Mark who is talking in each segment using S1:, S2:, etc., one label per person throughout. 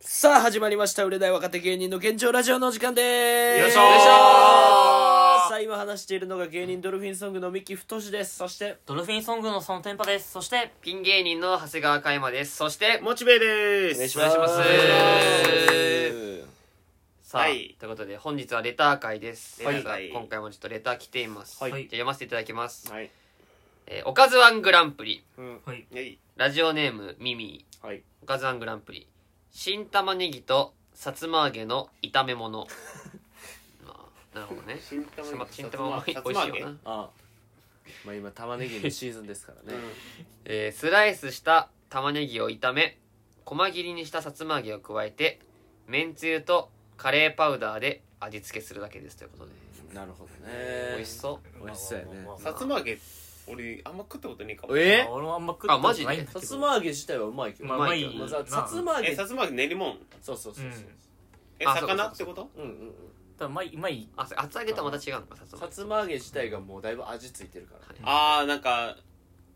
S1: さあ始まりました売れない若手芸人の現状ラジオのお時間です
S2: よいしょー
S1: ーさあ今話しているのが芸人ドルフィンソングの三木太ですそして
S3: ドルフィンソングのそのテンパです。そして、
S2: ピン芸人の長谷川嘉山です。そして、モチベイです。
S1: お
S2: お
S1: 願
S2: 願
S1: いし
S2: いし
S1: ます
S2: ますさあ、
S1: はい
S2: ということで、本日はレター会です。
S1: はい
S2: 皆さん今回もちょっとレター来ています。
S1: はい
S2: じゃあ読ませていただきます。
S1: はい
S2: えーおかずワングランプリ、
S1: うん
S3: はい。
S1: はい
S2: ラジオネームミミィ、
S1: はい
S2: おかずワングランプリ、新玉ねぎとさつま揚げの炒め 物。まあ、なるほどね。
S4: 新玉ねぎ
S2: 新玉も
S4: さつま
S2: 美味
S4: さつ
S2: しいよ
S4: ま揚
S2: な。
S1: ああまあ今玉ねぎのシーズンですから ね
S2: えースライスした玉ねぎを炒め細切りにしたさつま揚げを加えてめんつゆとカレーパウダーで味付けするだけですということで、
S1: なるほど
S2: 美味しそ
S1: 美味しそうやね
S3: まあまあまあ
S4: さつま揚げ俺あんま食ったことねえかも
S1: え
S3: まあ俺もあんま食ったことないんだけど。
S1: さつま揚げ自体はうまいけど
S3: まあ、うまいよ
S2: ま
S1: ま
S2: あ
S1: ずはさつま揚げ
S4: えさつま揚げ練りもん
S1: そうそうそう
S3: う。
S1: そうん
S4: え
S2: あそうか
S4: 魚っ
S2: そ
S4: て
S2: うか
S4: こと
S1: うんうんうん
S3: ただ、まあ、うまい。
S2: うあそれ厚揚げとはまた違うのかさつま
S1: さ
S2: 揚
S1: つま揚げ自体がもうだいぶ味ついてるから
S2: げ、はい
S4: ああなんか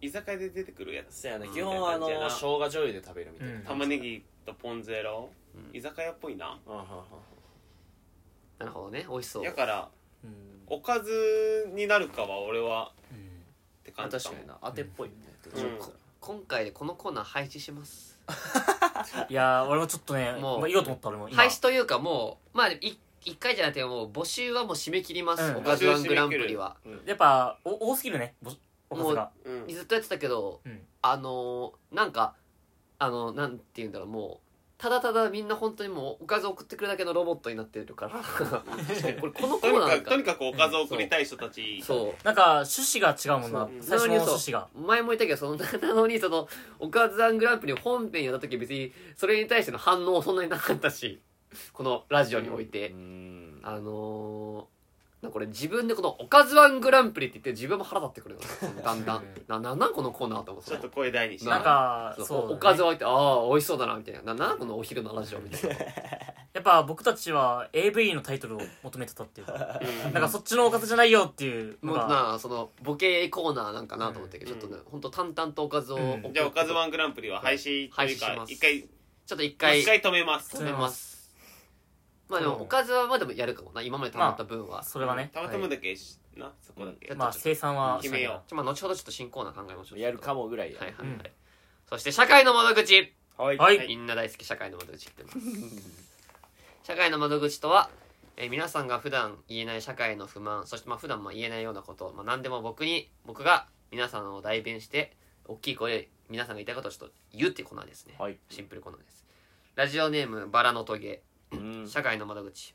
S4: 居酒屋で出てくるやつ
S1: そうやね
S2: うん
S1: 基本はあの
S4: みたい
S1: 生
S4: な感じや
S1: 姜醤油で食べるみたいな
S3: うん
S4: 玉ねぎとポン酢やろ
S2: うん
S4: 居酒屋っぽいな
S1: ああはあはあ
S2: なるほどね美味しそう
S4: だから
S3: うん。
S4: おかずになるかは俺は
S3: うん
S4: って
S1: あ
S4: 感じ
S1: 確かにな当てっぽいよねどっちもこ
S2: 今回でこのコーナー廃止します
S3: いやー、俺もちょっとね、
S2: もう
S3: まあ、言おうと思った俺も今。
S2: 廃止というかもうまあい一回じゃなくてもう募集はもう締め切ります、
S3: うん
S2: おかずワングランプリは
S1: ううん
S3: やっぱ、お多すぎるね、ぼおかずが。
S4: にうん
S2: ずっとやってたけど、
S3: うん
S2: あのーなんかあのなんて言うんだろうもうただただみんな本当にもうおかず送ってくるだけのロボットになってるからこれこのコ
S4: とに
S2: ーナー
S4: か
S2: なん
S4: くと
S2: か
S4: にかくおかずを送りたい人たち
S2: そ
S3: なんか、趣旨が違うもんな。
S4: そう
S3: 最初の趣旨が。
S2: う前も言ったけどそのなのにそのおかずアングランプリ本編やった時別にそれに対しての反応そんなになかったしこのラジオにおいて、
S1: うん
S2: あのー、なんかこれ自分でこの「おかずワングランプリ」って言って自分も腹立ってくるのだんだんななんなんこのコーナーと思って
S4: ちょっと声大にして
S2: な
S3: なんか、
S2: そう
S3: そうだね。
S2: おかずを置いてああ美味しそうだなみたいなななんだこのお昼のラジオみたいな
S3: やっぱ僕たちは AV のタイトルを求めてたっていうか、
S4: うん
S3: なんかそっちのおかずじゃないよっていう
S2: も
S3: の
S2: う
S3: が、
S2: なあそのボケコーナーなんかなと思ったけど、
S4: うん
S2: ちょっとね本当淡々とおかずを
S3: うん
S2: 送って
S4: じゃあおかずワングランプリは廃止という
S2: 廃止し
S4: か
S2: ます
S4: 一回
S2: ちょっと一回
S4: 一回止めます
S2: 止めますまあでもおかずはまあでもやるかもな今まで溜まった分は、
S3: それはね、
S4: たまたまだけしなそこだけ
S2: うん
S3: まあ生産は
S4: 決めよ
S2: じゃあまあ後ほどちょっと新コーナー考えましょう
S1: やるかもぐらいや
S2: はいはいはい、
S3: うん
S2: そして社会の窓口
S1: はい
S3: はい
S2: みんな大好き社会の窓口 ってます社会の窓口とは、えー皆さんが普段言えない社会の不満そしてまあ普段も言えないようなこと、まあ、何でも僕に僕が皆さんを代弁して大きい声で皆さんが言いたいことをちょっと言うっていうコーナーですね、
S1: はい
S2: シンプルコーナーですラジオネームバラのトゲ
S1: うん
S2: 社会の窓口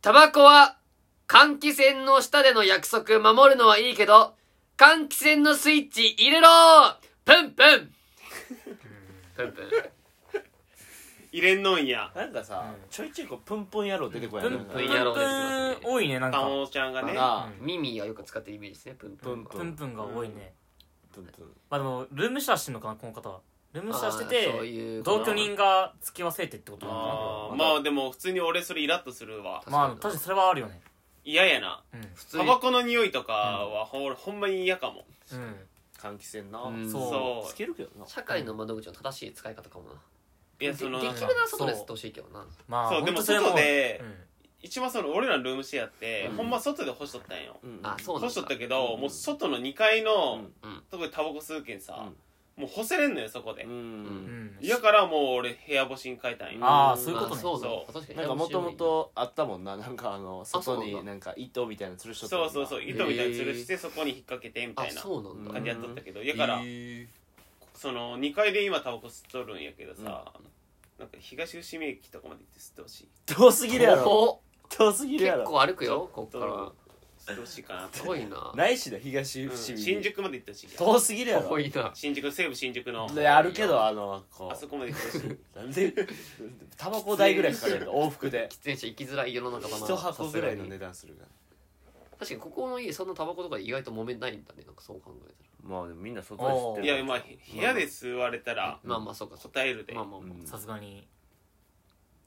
S2: タバコは換気扇の下での約束守るのはいいけど換気扇のスイッチ入れろプンプ ンプンプン
S4: 入れんのんや
S1: なんかさ
S3: うん
S1: ちょいちょいこうプンプン野郎出てこ
S3: プ
S1: や
S3: ン
S1: なん
S3: プン
S1: か
S2: プン野郎出てきますね
S3: プン多いねなん
S4: タ
S3: か
S4: モちゃんがね
S1: なあ
S2: ミミィはよく使ってるイメージですねプンプン
S1: プ
S3: プンプンが多いね
S1: プンプン
S3: まあでもルームシェアしてんのかなこの方はルームシェアしてて同
S2: 同
S3: 居人が付き合わせてってことなの
S4: あーまあでも普通に俺それイラッとするわ
S3: かなまあ確かにそれはあるよね
S4: 嫌やな
S3: うん
S2: 普通
S4: タ
S2: に
S4: バコの匂いとかはほ,、ほんまに嫌かも
S3: うん
S1: 換気扇な
S2: うん
S3: そう
S4: そう
S1: つけるけどな
S2: 社会の窓口の正しい使い方かもない
S4: やその
S2: で
S4: なん
S2: でき
S4: か
S2: るなら外で吸ってほしいけどな
S3: まあ
S4: そうで
S3: 本
S4: も
S3: 当それ
S4: 外
S3: も
S4: で
S3: うん
S4: 一番その俺らのルームシェアって、
S1: うん
S4: ほんま外で干しとったんよ
S1: うん
S2: あそうなんだ
S4: 干しとったけど、
S1: うん
S4: もう外の2階の、
S1: うん
S4: とこでタバコ吸うけんさ、もう干せれんのよそこで、
S1: うん
S3: うん
S4: だからもう俺部屋干しに変えたんよ
S3: あーそういうことね
S2: まあそうそう確かに
S1: なんかもともとあったもんななんかあの外
S2: そうなん
S1: に
S2: だ
S1: なんか糸みたいなの吊るしとったもん
S4: そ
S1: な
S4: うそうそう
S2: い
S4: 糸みたいに吊るしてそこに引っ掛けてみた
S2: あ
S4: いな
S2: そうなんだ
S1: う
S4: 感
S1: ん
S4: じやっとったけどだから
S2: へー
S4: その2階で今タバコ吸っとるんやけどさ、なんか東伏見駅とかまで行って吸ってほしい
S1: 遠すぎるやろ
S2: お
S1: 遠すぎるや
S2: 結
S1: ろ
S2: 構歩くよこっから
S4: 吸ってほしいかな
S2: す
S4: と
S2: ごいな
S1: ないしな東
S4: うん
S1: 伏見
S4: 新宿まで行ってほしい
S1: 遠すぎるや
S2: す
S1: ろ
S2: ごいな
S4: 新宿西武新宿の
S1: であるけどあのこ
S4: あそこまで行ってほしい
S1: う なんでタバコ代ぐらいかかるやんか往復で
S2: 喫煙者行きづらい世の中だな
S1: 一箱ぐらいの値
S2: さすがに
S1: 段するから
S2: 確かにここの家そんなタバコとか意外と揉めないんだねなんかそう考えたら
S1: まあでもみんな外
S3: おー
S4: いやまあ部屋で吸われたら
S2: まあまあそうかそうか
S4: 答えるで、
S2: まあまあ
S1: う
S2: まあ
S1: ん
S3: さすがに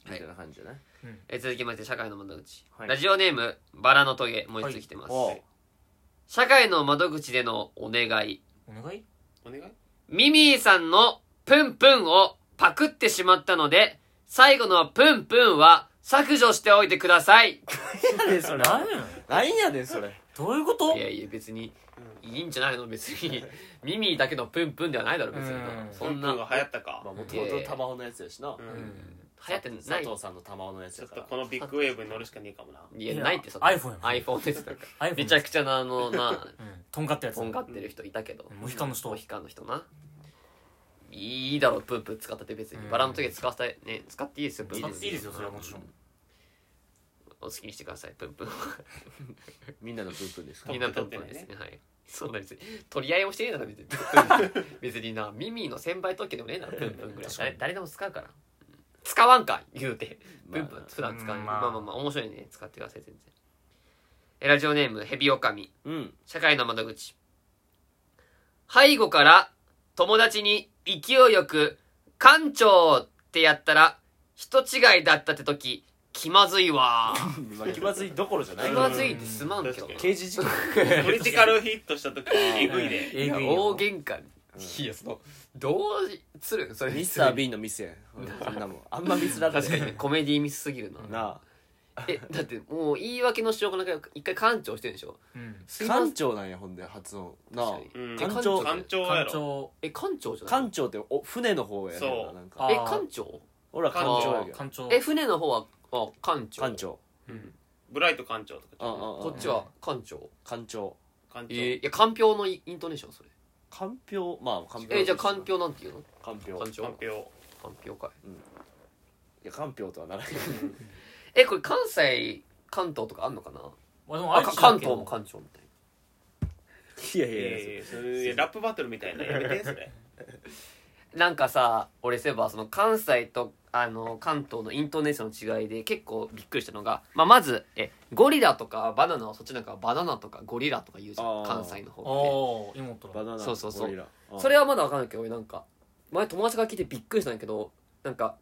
S1: みたいな感じじゃない
S2: えー続きまして社会の窓口、
S1: はい
S2: ラジオネームバラのトゲもう一つ来てます、
S1: おう
S2: 社会の窓口でのお願い
S3: お願い
S4: お願い
S2: ミミィさんのプンプンをパクってしまったので最後のプンプンは削除しておいてください。
S1: 何やねんそれ
S3: 何やねん
S1: 何やねんそれ
S3: どういうこと
S2: いやいや、別に、いいんじゃないの別に。耳だけのプンプンではないだろ、別に
S3: う。ん
S2: そ
S4: ポン
S2: ん
S4: プ
S2: な、
S4: ン
S2: 流
S4: が流行ったか
S1: まあもともと玉緒のやつやしな
S4: うん
S2: 行って
S1: 佐
S2: ない。
S1: 藤さんの玉緒のやつ
S4: ちょ
S1: や
S4: っ
S1: か
S4: と
S1: ら
S4: このビッグウェーブに乗るしかねえかもない
S2: や、ないってさ。
S3: いや iPhone や
S2: iPhone です。なんか
S3: iPhone
S2: めちゃくちゃな、あの、な、
S3: うんとんがったやつ
S2: とんがってる人いたけど。
S3: うんモヒカンの人
S2: モヒカンの人な。いいだろ、プンプン使ったって別に。
S3: うん
S2: バラの時は使わせたい、ね、使っていいですよ、プン
S3: 使
S2: プン。
S3: っていいですよそれはもちろん
S2: お好きにしてください、プ ンプン。
S1: みんなのプンプンですか
S2: みんなプンプンですね
S4: 取。
S2: はい。そうなんです。取り合いもしてねえだろ、 別に。別にな、耳の先輩特許でもねえな、プンプンぐらい。
S3: 確かに
S2: 誰誰でも使うから。使わんか、言うて。
S1: まあ
S2: プンプン、普段使う。
S3: うん
S2: まあ
S3: まあ
S2: まあまあ、面白いね。使ってください、全然。えラジオネーム、ヘビオカミ。
S1: うん
S2: 社会の窓口。背後から友達に勢いよく、館長ってやったら、人違いだったって時、気まずいわ。
S1: まあ気まずいどころじゃな
S2: 気
S1: い
S2: まずいってすまんけど
S4: 確か
S2: な
S4: に。
S1: 刑事事件
S4: ポリティカルヒットした時エグいで
S3: えぐい
S2: いや
S3: よ
S2: 大喧嘩、いやそのどうするんそれ
S1: ミスター・ビーンのミスやんそんなもんあんまミスだった
S2: 確かにねコメディミスすぎるな
S1: な
S2: えだってもう言い訳のしようがなくて一回館長してるんでしょ
S3: うん
S1: あ
S2: すいませ
S1: 館
S2: ん
S1: 長なんやほんで発音なあ
S2: 確か
S4: う
S2: に
S4: ん
S2: え
S1: 館長
S4: 艦長やろ
S3: 館長
S2: え館長じゃない
S1: 館長ってお船の方やねんな
S4: そう
S1: なん
S3: あ
S1: か
S2: え館長
S1: 俺は館長やけど
S3: 館長
S2: え船の方はあ館長
S1: 館長
S4: ブライト艦長とか
S1: うんうんうん
S2: こっちは館長
S1: 館長
S4: 艦
S2: え
S4: 長
S2: ーいや鑑評のイイントネーションそれ
S1: 鑑評まあ鑑評
S2: えじゃあ鑑評なんて言うの
S1: 鑑評
S2: 館長
S4: 艦票
S2: 鑑評かい
S1: いや鑑評とはならない
S2: えこれ関西関東とかあんのかな
S3: まあでもあ
S2: あ
S3: れ
S2: か
S3: 知ら
S2: 関
S3: んけど
S2: 東も館長みたい
S1: や
S2: ない
S1: いやいや
S4: えーそれラップバトルみたいなやめてそれ
S2: なんかさ俺そういえばその関西とあの関東のイントネーションの違いで結構びっくりしたのが、まあ、まずえゴリラとかバナナはそっちなんかバナナとかゴリラとか言うじゃん
S1: あー
S2: 関西の
S3: あ
S2: 方っ
S3: あ妹
S1: バ
S3: だ
S1: ナナ
S2: そうそうそう
S1: ゴリラ
S2: てそれはまだ分かんないけど俺なんか前友達が聞いてびっくりしたんだけどなんか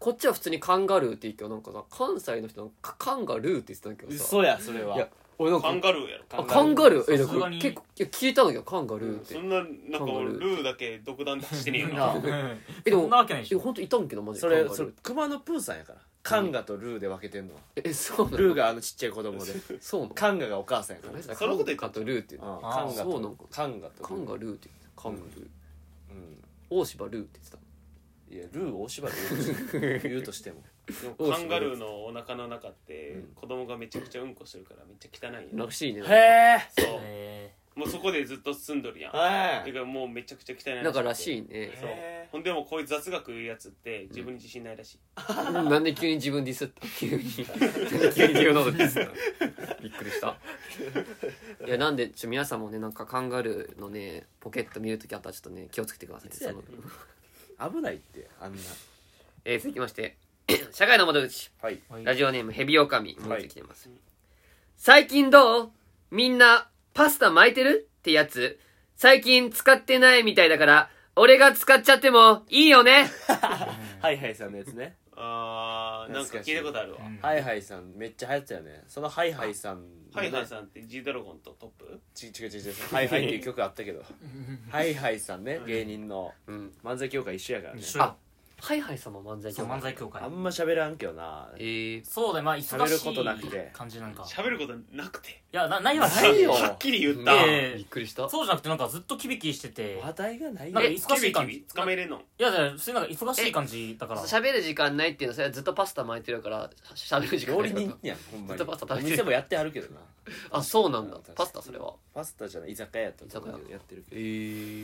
S2: こっちは普通にカンガルーって言うけどなんかさ関西の人なんかカンガルーって言ってたんだけどさ
S1: 嘘やそれはい
S2: や俺なん
S4: カ
S2: か
S4: ンガルーやろ
S2: あカンガルーえ
S3: さ
S2: だ
S3: す
S2: か
S3: が
S2: ら
S3: に
S2: 結構いや聞いたんだけどカンガルーって
S4: そんななんか俺ルーだけ独断でしてねえよ
S3: い
S4: な
S3: や
S2: えで
S3: そんな
S2: も
S3: わけないで
S2: え
S3: しょ
S2: 本当いたんけどマジで
S1: そ
S2: カン
S1: れ
S2: ガ
S1: そ
S2: ル
S1: れ
S2: ー
S1: 熊のプーさんやからカンガとルーで分けてんのは
S2: えそうなの
S1: ルーがあのちっちゃい子供で
S2: そうなの
S1: カンガがお母さんやから
S2: 何だ
S4: そのこと言って
S2: カンガとルーって言うの
S1: うん
S3: あー
S1: カンガ
S2: そうなん
S1: と
S2: か
S1: カンガと
S2: カンガ
S1: ルー
S2: ルーって言ってたカンガルー
S1: うん
S2: 大柴ルーって言ってた
S1: いやルー大芝ルー言うと しても
S4: でもカンガルーのお腹の中って子供がめちゃくちゃうんこしてるからめっちゃ汚いんや
S2: らしいね
S1: へ
S4: そう
S3: え
S4: もうそこでずっと住んどるやんだ
S1: え
S4: からもうめちゃくちゃ汚い
S2: なんからし
S4: い
S2: いね
S4: そう
S1: へー
S4: ほんでもうこういう雑学言うやつって自分に自信ないらしい
S2: なんで急に自分ディスった急になんで急に自分のことディスったびっくりしたいやなんでちょ皆さんもねなんかカンガルーのねポケット見るときあったらちょっとね気をつけてください
S1: つやねん
S2: その
S1: 危ないってあんな
S2: えー続きまして 社会の窓口
S1: はい
S3: はい
S2: ラジオネームヘビオオカミ持
S1: は
S2: っ
S1: い
S2: てきてます、最近どうみんなパスタ巻いてるってやつ最近使ってないみたいだから俺が使っちゃってもいいよね
S1: はいはいさんのやつね
S4: あーなんか聞いたことあるわ
S3: うん
S1: はいはいさんめっちゃ流行ってたよねそのはいはいさんのね
S4: ハイハイさんって G ドラゴンとトップ
S1: ち違う違う違うはいはいっていう曲あったけどはいはいさんね芸人の
S2: うん
S1: 漫才協会一緒やからね
S3: 一緒よ
S2: あハイハイ様漫才
S3: そう漫才協会
S1: あんま喋らんけどな
S2: えー、
S3: そうだよまあ忙
S1: 喋ることなく
S3: してい感じなんかい
S4: 喋ることなくて
S3: やなないわ
S1: ないよ
S4: はっきり言った
S3: いやいやいや
S2: びっくりした
S3: そうじゃなくてなんかずっとキビキビしてて
S1: 話題がない
S3: なんか
S1: よ
S3: 忙しい感
S4: キビ
S3: じ
S4: キビつかめれんの
S3: いやいや普通になんか忙しい感じだから
S2: 喋る時間ないっていうのはそれはずっとパスタ巻いてるからしゃべる時間
S1: 料
S2: な
S1: 理
S2: いってこ
S1: 人
S2: と
S1: やんほんま
S2: ず
S1: に
S2: っとパスタ
S1: お
S2: 食べてる
S1: 店もやってはるけどな
S2: あそうなんだ
S1: うん確かに
S2: パスタそれは
S1: パスタじゃない居酒屋やったと思う
S2: 居
S1: け
S2: 酒
S1: どやってるけど
S2: え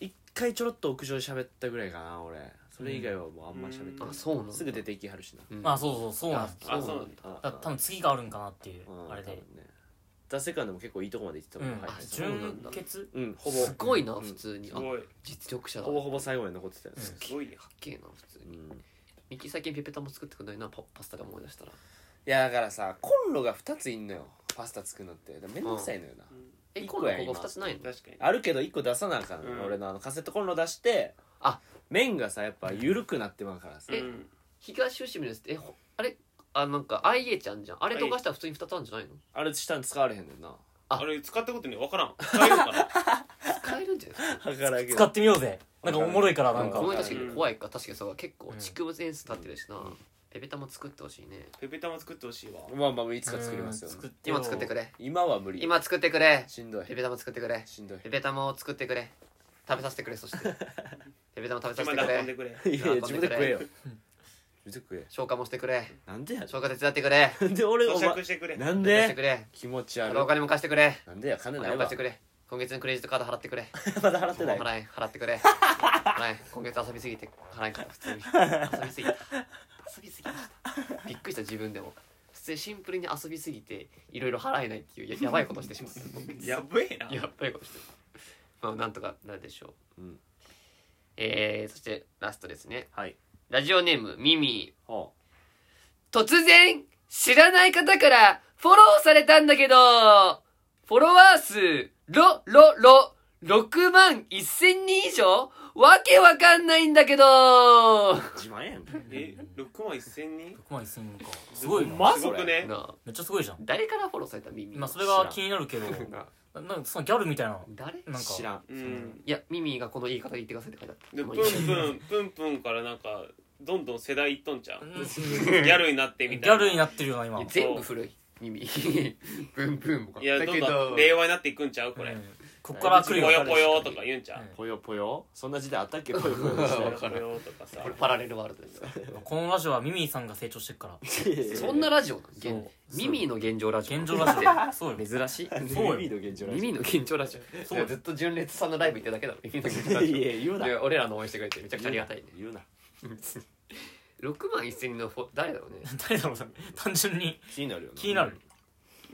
S1: 一回ちょろっと屋上で喋ったぐらいかな俺それ以外はもうあんま喋って
S4: うん
S1: ない
S2: あそうなんだ
S1: すぐ出て行きはるしな
S2: うん
S3: まあそうそうそうなんです
S4: あ
S2: そ
S4: そうう
S2: な
S4: なんん
S2: だ
S4: だ
S3: だ多分次があるんかなっていう
S1: うん
S3: あれで
S1: 多分ねザ・セカンドも結構いいとこまで行ってた
S3: う
S1: もん
S3: ん
S1: はい
S3: あ
S1: はい
S2: そうなんだ
S3: 純潔
S1: うんほぼ
S2: すごいな
S1: うん
S2: 普通に
S4: す
S2: あ
S4: ごい
S2: 実力者だ
S1: ほぼほぼ最後まで残ってたよね
S3: うん
S4: すごいや
S2: かっけえな普通
S1: う
S2: に
S1: ん
S2: ミキ最近ペペタも作ってくんないなパパスタが思い出したら
S1: いやだからさコンロが2ついんのよパスタ作るのってだからめんどくさいのよな
S2: え
S1: 一
S2: 今
S1: 個
S2: 度
S1: や
S2: ここ
S1: 今
S2: 2つないの
S4: 確かに
S1: あるけど1個出さなあかんのよ、
S4: うん
S1: 俺のあのカセットコンロ出して
S2: あ
S1: 麺がさやっぱ緩くなってまうからさ
S2: え
S4: うん
S2: 東吉見ですえほあれあなんか IA ちゃんじゃんあれとかしたら普通に2つあるんじゃないの
S1: あれ下に使われへんねんな
S2: あ
S4: あれ使ったことに分からん使えるかな
S2: 使えるんじゃないですか
S1: はからんけ
S3: 使ってみようぜなんかおもろいからなんか
S2: この
S1: う
S2: 前
S1: ん
S2: 確かに怖いか確かにそう結構
S3: うん
S2: 蓄物演出立ってるしなペペタも作ってほしいね
S4: ペペタも作ってほしいわ
S1: まあまあいつか作りますよ
S3: うん作ってよ
S2: 今作ってくれ
S1: 今は無理
S2: 今作ってくれ
S1: しんどい
S2: ペペタも作ってくれ
S1: しんどい
S2: ペペタも作ってくれ食べさせてくれそしてペペタも食べさ
S4: 暇
S2: せて
S4: で
S2: く
S4: 運んで
S2: れ
S4: くれ
S1: いやいや自分で食えよ自分で食え
S2: 消化もしてくれ
S1: なんでや
S2: 消化手伝ってくれ
S1: なんで俺お
S4: 咀
S1: 前
S4: 嚼して くれ
S1: なん
S2: 手伝して
S1: で
S2: くれ
S1: 気持ち
S2: あ
S1: 悪い
S2: のお金も貸してくれ
S1: なんでや金
S2: お
S1: な
S2: 金
S1: い
S2: も貸
S1: わ
S2: してくれ今月のクレジットカード払ってくれ
S1: まだ払って
S2: も
S1: ない
S2: う払え払って くれ払え今月遊びすぎて払えんから普通に遊びすぎた遊びすぎましたびっくりした自分でも普通にシンプルに遊びすぎていろいろ払えないっていうややばいことしてしまった
S4: やばえな
S2: やっぱりことしてるまあなんとかなるでしょう、
S1: うん
S2: えー、そしてラストですね
S1: はい
S2: ラジオネームミミ
S1: ほ
S2: ー突然知らない方からフォローされたんだけどフォロワー数ロロロ6万1000人以上わけわかんないんだけどな
S1: う自慢やんけ
S4: え6万1000人
S3: 6万1000人かすごいな
S1: ほんます
S4: ごくね
S2: あ
S3: めっちゃすごいじゃん
S2: 誰からフォローされたミミー
S3: まあそれが気になるけど
S2: なあ
S3: ななんかそのギャルみたいな
S2: 誰い
S3: なんか
S1: 知らん
S4: うん
S2: やミミーがこの言い方で言ってくださいって書いてあった
S4: でプンプンプンプンからなんかどんどん世代いっとんじゃ
S3: うんん
S4: ギャルになって
S3: ギ
S4: みたいな
S3: ャルになってるよな今
S2: いや全部古い耳 ブンブンもか
S4: いや
S2: だ
S4: どん
S2: け
S4: ど
S2: ど
S4: ん令和になっていくんちゃうこれ
S3: うんこっから来
S4: ぽ
S3: るよ
S4: よぽよとか言うんちゃう
S3: うん
S1: ぽよぽよそんな時代あったっけぽよぽよの時
S4: ぽ
S1: 代
S4: よぽよとかさ
S2: これパラレルワールドですよ
S3: このラジオはミミィさんが成長してるから
S2: そんなラジオなの現
S3: そう
S2: 耳の現状ラジオ
S3: 現状ラジオ そうよ
S2: オ 珍しい
S3: そうよ
S1: 耳の現状らしい
S2: 耳の現状ラジオ
S3: そう
S2: いやずっと純烈さんのライブ行ってただけ だろ耳の現状ラジ
S1: いや言う
S2: オ
S1: ない
S2: や俺らの応援してくれてめちゃくちゃありがたいね
S1: 言うな
S2: 6万1000人のフォ誰だろうね
S3: 誰だろうな単純に
S1: 気になるよ
S3: 気になる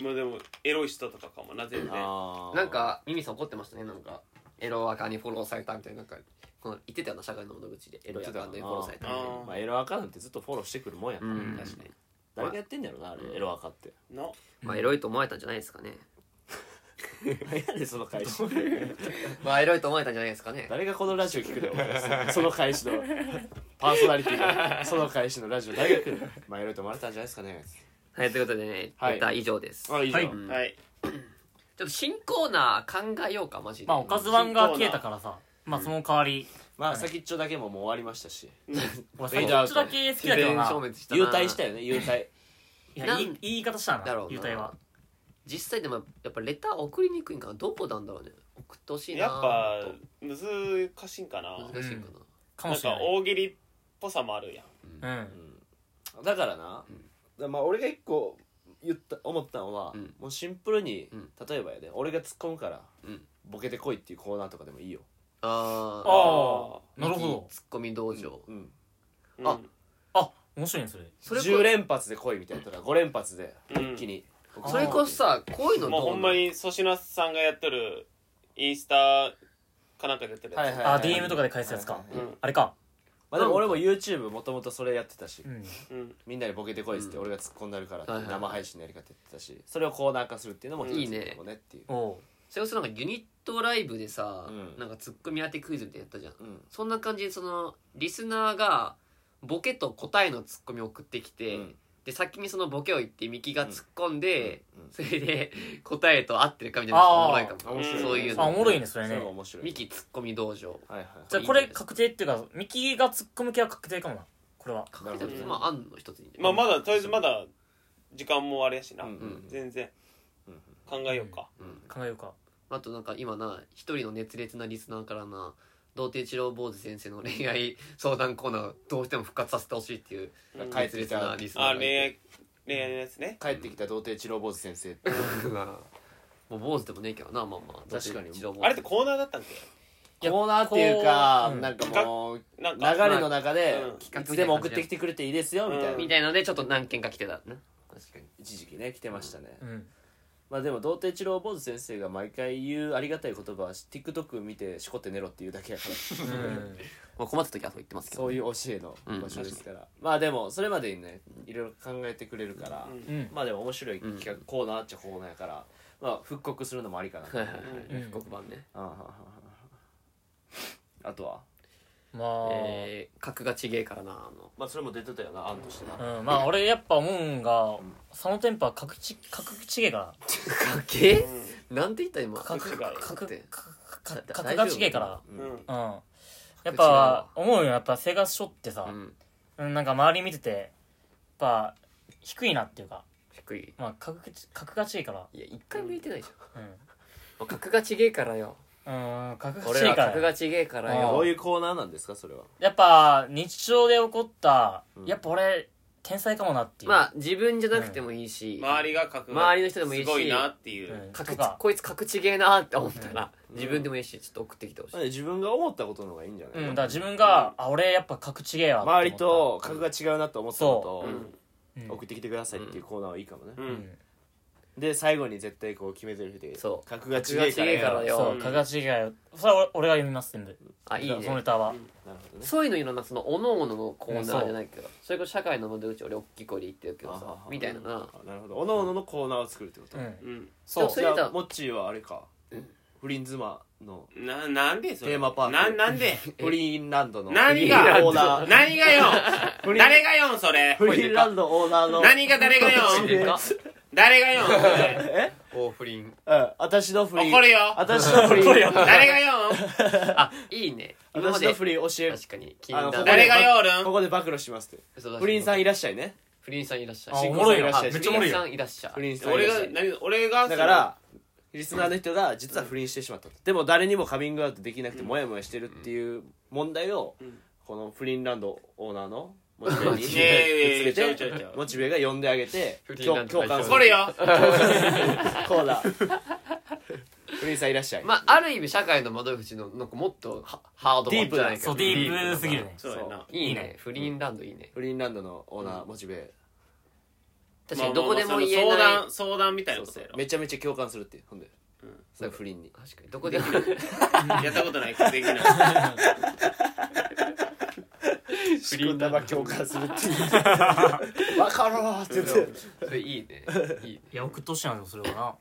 S4: まあでもエロい人とかかもな全然
S1: あー
S2: なんかミミさん怒ってましたねなんかエロアカにフォローされたみたいななんかこの言ってたよな社会の窓口でエロアカでフォローされたみたいな
S4: あ
S1: まあエロアカなんてずっとフォローしてくるもんやから
S2: うん
S1: 確かに誰がやってんねやろなあれエロアカって
S4: の
S2: まあエロいと思われたんじゃないですかね
S1: 何でその返し
S2: まあエロいと思われたんじゃないですかね
S1: 誰がこのラジオ聞くだ よその返しのパーソナリティがその返しのラジオ誰が来るのまあエロいと思われたんじゃないですかね
S2: はい、ということでね、
S1: はい
S2: ネタ以上です。
S1: あ以
S3: は
S1: 上
S3: い
S2: うん
S4: はい
S2: ちょっと新コーナー考えようか、マジで。
S3: まあおかずワンが消えたからさまあその代わり
S1: まあ先っちょだけももう終わりましたし
S3: 俺
S1: フェ
S3: 最
S1: イ
S3: 初
S1: ドアウト
S3: だけ好き
S2: 自
S3: だけど
S2: 然
S3: な
S2: 消滅したな。
S1: 優待したよね優待
S3: いや
S2: なん
S3: いい言い方した
S2: だ
S3: な
S2: ろうな
S3: 優待は
S2: 実際でも、やっぱレター送りにくいんかな。どこなんだろうね。送ってほしいな。
S4: やっぱ
S2: も
S4: 難しいんかな
S2: っと難しいんかな。
S3: か
S4: な
S3: も
S4: ん
S3: しれ
S4: か
S3: ない
S4: 大喜利っぽさもあるやん
S3: うん
S1: だからな、まあ俺が一個言った思ったのは、
S2: うん
S1: もうシンプルに、
S2: うん
S1: 例えばやで俺が突っ込むから、
S2: うん
S1: ボケてこいっていうコーナーとかでもいいよ、
S2: あー
S3: ああなるほ
S2: ミ
S3: ど
S2: キツッコミ道場。
S1: うん、
S4: うん
S2: あ
S3: あ面白いねそれ
S2: それこ
S1: 10連発で来いみたいなとか5連発で一気に、
S3: あー
S2: それこそさ、こういうのどう
S4: もうほんまに粗品さんがやってるインスタかなんかでやってるやつ
S1: はいはい
S3: あ DM とかで返すやつ
S1: は
S3: か
S1: い
S4: うん
S3: あれか
S1: まあ、でも俺も YouTube もともとそれやってたし、
S3: うん
S4: うん
S1: みんなにボケてこいっつって俺が突っ込んだるからって
S2: はいはい
S1: 生配信のやり方やってたしそれをコーナー化するっていうのも
S2: いいね
S1: 一つかもねっていう、
S3: おう
S2: それこそなんかユニットライブでさ、
S1: うん
S2: なんかツッコミ当てクイズみたいなやったじゃん。
S1: うん
S2: そんな感じで、その、リスナーが、ボケと答えのツッコミを送ってきて、
S1: うん
S2: で先にそのボケを言ってミキが突っ込んで、
S1: うん
S2: それで答えと合ってるかみたいなのがおもろいかも
S1: 面白い
S2: そういうの
S3: あおもろいねそれね
S1: それも面白い
S2: ミキツッコミ道場
S1: はいはい
S3: じ
S1: は
S3: ゃ
S1: い
S3: あこれ確定っていうかミキが突っ込む系は確定かもなこれは
S2: かけた
S1: なるほど
S2: まあ案の一つに
S4: まあまだとりあえずまだ時間もあれやしな
S1: うんうん
S4: 全然
S1: うん
S4: 考えようか
S2: うん
S3: 考えようか
S2: あとなんか今な一人の熱烈なリスナーからな童貞治療坊主先生の恋愛相談コーナーをどうしても復活させてほしいっていう
S4: うん
S1: 帰っ
S2: 熱
S1: てき
S2: 烈
S1: た
S2: なリスナ
S4: あ
S2: ーがい
S4: 恋
S2: て
S4: 愛恋愛のやつね
S1: 帰ってきた童貞治郎坊主先生
S2: もう坊主でもねえけどなまあまあ
S1: 確かに
S2: 童貞治療坊主
S4: あれってコーナーだったんけ
S3: いや
S1: コーナーっていうか、
S3: こう
S1: なんかもう
S4: なん
S1: 流
S4: か
S1: れの中で
S4: うん
S1: いつでも送ってきてくれていいですよみたいな、
S4: うん
S2: みたいのでちょっと何件か来てたな確かに
S1: 一時期ね来てましたね、
S3: うん
S1: まあでも童貞一郎坊主先生が毎回言うありがたい言葉は TikTok 見てしこって寝ろっていうだけやから
S3: うん
S2: まあ困った時はそう言ってますけど
S1: そういう教えの場所ですから、まあでもそれまでにねいろいろ考えてくれるから、
S4: うん
S3: うん
S1: まあでも面白い企画、コーナーっちゃコーナーやからまあ復刻するのもありかな、
S2: はいはいはい
S3: うん
S2: 復刻版ね
S1: あはははあとは
S3: まあ、
S2: えー格がちげえからなあの
S1: まあそれも出てたよな案としてな、
S3: うん、まあ俺やっぱ思うんが、そのテンポは格ち格ちげえか
S2: かけなんて言った今
S3: ら格
S4: 違う
S3: 格
S2: って
S3: 格格がちげえから
S4: うん
S3: うんやっぱ思うよやっぱ生活書ってさ
S2: う、ん
S3: うん、なんか周り見ててやっぱ低いなっていうか
S2: 低い
S3: まあ格が格が違いから
S2: いや一回も言ってないじゃん
S3: う
S2: もう格がちげえから よ
S3: ん、うん、格が
S2: 俺
S3: 違
S2: ら
S3: いか
S2: 格が
S3: ら
S2: ちげえから
S3: あ
S1: ど
S2: よ
S1: ういうコーナーなんですかそれは
S3: やっぱ日常で起こった、
S1: うん
S3: やっぱ俺天才かもなっていう
S2: まあ自分じゃなくてもいいし、
S4: 周りが格
S2: 周りの人でもいいし
S4: すごいなっていう、
S3: うん
S2: 格
S3: とか
S2: こいつ格ちげえなって思ったら、
S1: うん
S2: 自分でもいいしちょっと送ってきてほしい、
S1: なんで自分が思ったことの方がいいんじゃな
S3: う
S1: い、
S3: ん、だから自分が、あ俺やっぱ格違えわって思った
S1: 周りと格が違うなと思ったこ
S2: う
S1: と
S2: ん
S3: うん
S1: を送ってきてくださいっていうコーナーはいいかもね、
S4: う、
S3: うんん
S1: で最後に絶対こう決めてる人で
S2: そう
S1: 格が違えから
S2: 格が違えから
S1: よ
S2: よ
S3: そううん格が違えそれは俺俺が読みます全部
S2: あいい
S3: その
S2: ね
S3: ネタは、
S1: なるほどね
S2: そういうのいろんなそのおのおののコーナ
S3: うんそ
S2: ー
S3: う
S2: じゃないけどそれこそ社会の窓口俺大きい声で言ってるけどさ
S1: あ
S2: みたいなな
S1: あなるほどおのおののコーナーを作るってこと、
S3: うん
S4: うん
S3: そ
S2: でも
S3: う
S2: そ
S1: じ
S2: れ
S1: ゃ
S2: だ
S1: あモッチーはあれか、不倫妻の
S4: ななんでそれ
S1: テーマパーク
S4: なな んで
S1: フリーランドの
S4: 何が
S1: オーナー
S4: 何 がよ
S1: フリー
S4: 誰がよんそれ
S1: フリーランドオーナーの
S4: 何が誰がよ
S1: うんでか
S4: 誰がよんそれ
S1: え
S2: お不倫
S1: うん私のフ リー
S4: 怒るよ
S1: 私のフリー
S3: 怒るよ
S4: 誰がよ
S2: あいいね今ま
S1: 私
S2: で
S1: の
S2: 確
S1: フリー教え
S2: かに禁
S1: あのここ
S4: ん
S2: 断
S1: で
S4: 誰がよる
S1: こ
S4: ん
S1: こで暴露しますって
S2: 嘘だし
S1: 不倫さんいらっしゃいね
S2: 不倫さんいらっしゃい
S3: あ
S1: 新
S3: お
S1: 婚
S3: も
S1: さんい
S3: ろい
S1: ら
S3: よ
S1: っ
S2: あ
S1: しゃい
S3: めっ
S2: 不
S3: ちゃおもろい
S2: 倫
S3: よ
S2: さんいらっしゃ
S1: 不
S2: い
S1: 倫さんいら
S4: 俺
S1: っし
S4: が
S1: ゃい
S4: 何俺が
S1: だからリスナーの人が実は不倫してしまったとでも誰にもカミングアウトできなくてモヤモヤしてるっていう問題を
S4: うん
S1: この不倫ランドオーナー のモチベにぶつ
S4: いやいやいや
S1: け
S4: ちょいちょいち
S1: て
S4: ょい
S1: モチベが呼んであげて
S2: 不倫ラ
S1: 共
S2: ンド
S1: 共
S2: 代
S1: 感
S2: 表
S1: す
S4: 怒
S1: る
S4: るよ
S1: コーナー 不倫さんいらっしゃい
S2: まあある意味社会の窓口のなんかもっとはハードマンじゃないけ
S3: そ
S2: ど
S3: うディープすぎるね
S4: そうやな
S2: ないい
S3: いい
S2: ね不倫ランドいいね
S1: 不倫ランドのオーナーモチベ
S2: 確かにどこでも言え
S4: まあまあまあ
S2: な
S4: その相談相談みたいなことやろ
S1: めちゃめちゃ共感するってほんで
S4: うん
S1: その不倫に
S2: い確かにどこでも
S4: やったことないけどできない
S1: 不倫 だ共感するっていうわかろうって言って
S2: それいいねいいね
S3: いや送っとしいなでもそれは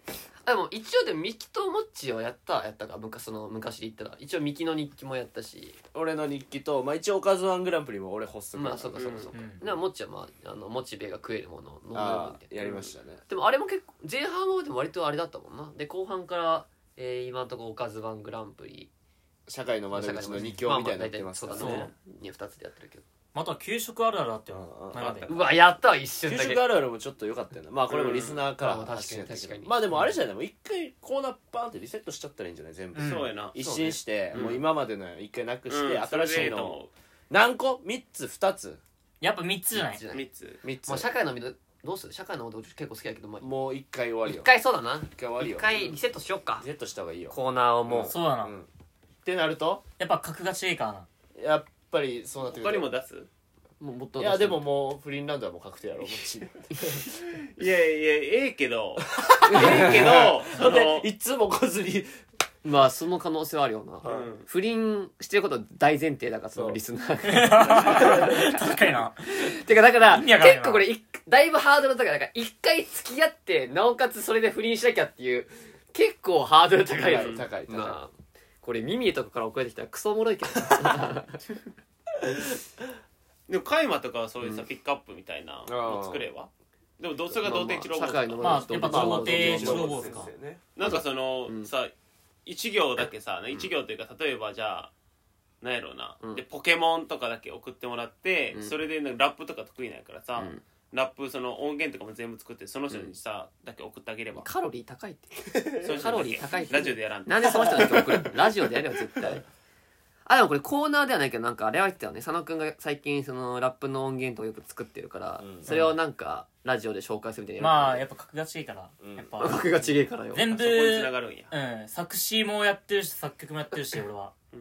S2: あでも一応でもミキとモッチーはやったやったか昔その昔で言ったら一応ミキの日記もやったし
S1: 俺の日記とまあ一応おかずワングランプリも俺発足
S2: まあそうかそうかそうか、
S3: うん
S2: でもモッチーはまああのモチベが食えるものを飲む
S1: あ
S2: みた
S1: あ
S2: いな
S1: やりましたね
S2: でもあれも結構前半はでも割とあれだったもんなで後半から、えー今のところおかず番グランプリ
S1: 社会の窓口の二強みたいになってますから
S2: まあまあ大
S1: ね
S2: 体そうだね2つでやってるけど
S3: また給食あるあるだってよ
S1: うん
S3: 今まで
S4: あ
S2: うわやったわ一瞬
S1: 給
S2: だけ
S1: 食あるあるもちょっと良かったよなまあこれもリスナーから
S2: うんあー
S1: 発信やったけど
S2: 確かに確かに
S1: まあでもあれじゃないもう一回コーナーバーンってリセットしちゃったらいいんじゃない全部
S3: うん
S4: そうやな
S1: 一新して
S2: うん
S1: もう今までの一回なくして
S4: うんそ
S1: 新
S4: れで
S1: しい
S4: ええと
S1: のを
S4: 思
S1: 何個 ?3 つ2つ
S3: やっぱ3つじゃないう
S2: じゃ
S4: う
S2: ない
S4: 3つ
S1: 3
S2: まあ
S1: つ
S2: 社会のみどどうする社会のこと結構好きだけどまあ
S1: もう一回終わり
S2: 一
S1: よ
S2: 回そうだな
S1: 一回終わり
S2: 一
S1: よ
S2: 回リセットしよっか
S1: リセットした方がいいよ
S2: コーナーをもう
S3: そうだな、
S1: うんってなると
S3: やっぱ格が違いからな
S1: やっぱりそうなってく
S4: 他
S1: る
S4: に
S1: と
S4: も出す
S2: もうもっ
S1: い
S2: と
S1: やでももうフリーランドはもう確定やろもち
S4: いやいやええけど ええ けどその
S1: いつも来ずに
S2: まあその可能性はあるよな、
S1: い
S4: うん
S2: 不倫してること大前提だからそのリスナーが
S3: 確かにな
S2: てかだから
S3: 意味わからんよ
S2: 結構これいだいぶハードル高いだから一回付き合ってなおかつそれで不倫しなきゃっていう結構ハードル高いやつ
S1: 高い高い高い
S2: なあこれ耳とかから送られてきたらクソおもろいけど
S4: でもカイマとかはそういうさピックアップみたいなの作ればでもどうせが童貞一郎坊
S2: まあまあ社会の
S3: まあやっぱ
S2: まあまあ
S3: 童貞一郎坊
S1: 先
S3: か
S1: 生ね
S4: なんかその
S2: うん
S4: さ一行だけさ一行というか例えばじゃあなんやろうな
S2: うん
S4: でポケモンとかだけ送ってもらって
S2: うん
S4: それでなんかラップとか得意なんやから
S2: う
S4: さ
S2: ん
S4: ラップその音源とかも全部作ってその人にさだけ送ってあげれば
S2: カロリー高いって
S4: その人だけ
S2: カロリー高い
S4: ラジオでやらんと
S2: なんでその人だけ送るのラジオでやれよ絶対あでもこれコーナーではないけどなんかあれは言ってたよね佐野くんが最近そのラップの音源とかよく作ってるから、
S1: うん
S2: それをなんかラジオで紹介するみたいな
S3: まあや
S2: っ
S3: っぱ格が違いから、
S1: うん
S3: やっ
S2: ぱ
S3: ぱ
S2: 僕がちげえからよ
S4: そ
S3: 全部
S4: こに繋がるんや
S3: うん作詞もやってるし作曲もやってるし俺は
S4: うん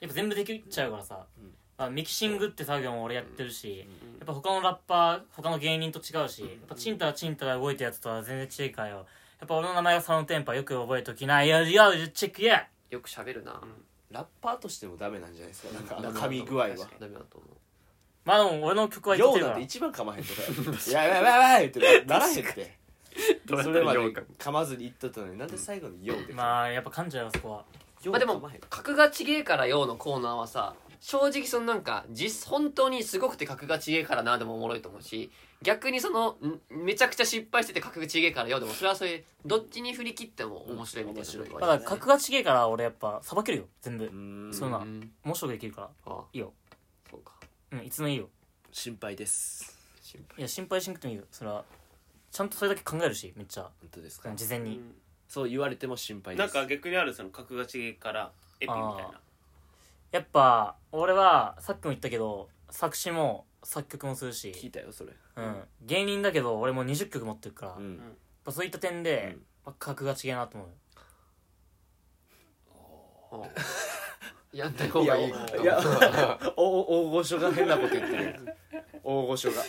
S3: やっぱ全部できちゃうからさ、
S1: うん
S3: まあ、ミキシングって作業も俺やってるし、
S4: うん
S3: やっぱ他のラッパー他の芸人と違うし、やっぱチンタラチンタラ動いたやつとは全然違うからよやっぱ俺の名前がサウンテンパよく覚えときなよよチェックや
S2: よく喋るな
S1: ラッパーとしてもダメなんじゃないですかなんかあの噛み具合は
S2: 確かにダメだと思う
S3: まあでも俺の曲は
S1: よ
S3: 言っ
S1: う
S3: てる
S1: な
S3: か
S1: ん
S3: ら
S1: て一番噛まへんとか「やばいやばいやばい」ってならへんってそれまで噛まずに言っとったのになんで最後に「よう」って
S3: まあやっぱ噛んじゃうよそこは
S1: よう
S2: まあでも
S1: 噛まへん
S2: 「格がちげえからよ」のコーナーはさ正直そのなんか実本当にすごくて格がちげえからなでもおもろいと思うし逆にそのんめちゃくちゃ失敗してて格がちげえからよでもそれはそれどっちに振り切っても面白いみたいなとこ
S3: だ
S2: あ
S3: か
S2: る
S3: ら
S2: よね
S3: 格がちげえから俺やっぱさばけるよ全部
S1: ん
S3: そうな
S2: うん
S3: 面白くできるから
S2: あ
S3: いいよ
S2: そうか
S3: うんいつでもいいよ
S1: 心配です
S2: 心配
S3: いや心配しなくてもいいよそれはちゃんとそれだけ考えるしめっちゃ
S1: 本当ですか
S3: 事前に
S1: そう言われても心配で
S4: なん
S1: す
S4: か逆にあるその格がちからエピみたいな
S3: やっぱ俺はさっきも言ったけど作詞も作曲もするし
S1: 聞いたよそれ
S3: うん、芸人だけど俺もう20曲持ってるから、
S1: う
S3: やっ
S1: ん
S3: ぱそういった点で、
S1: うん
S3: まあ、格が違えなと思うよ
S2: ああやんない方がいい
S1: いやおお大御所が変なこと言ってる大御所が
S2: ね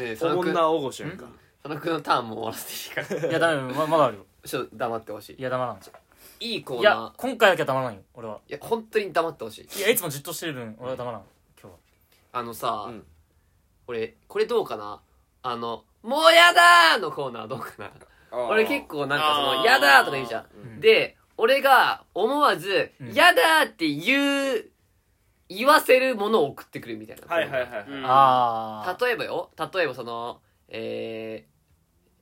S2: え佐
S1: こ
S2: 野
S1: ん
S2: 君
S1: な大御所やんか
S2: 佐野君のターンも終わらせていいから
S3: いやダメ だよままだあるよ
S2: ちょっと黙ってほし
S3: いや黙らん
S2: いいいコー
S3: い
S2: ナ
S3: や
S2: ー
S3: 今回だけは黙らんよ俺はい
S2: や本当に黙ってほしい
S3: いやいつもじっとしてる分俺は黙らん今
S2: あのさ、
S1: うん
S2: 俺これどうかなあの「もうやだ!」のコーナーどうかな俺結構なんかそ
S4: あ
S2: の
S4: ー
S2: 「やだ!」とか言うじゃ
S3: 日は、うんん、
S2: で俺が思わず「
S3: うん
S2: やだ!」って言う言わせるものを送ってくるみたいな
S4: はいはいはいはい
S2: うん
S3: ああ
S2: 例えばよ例えばそのえ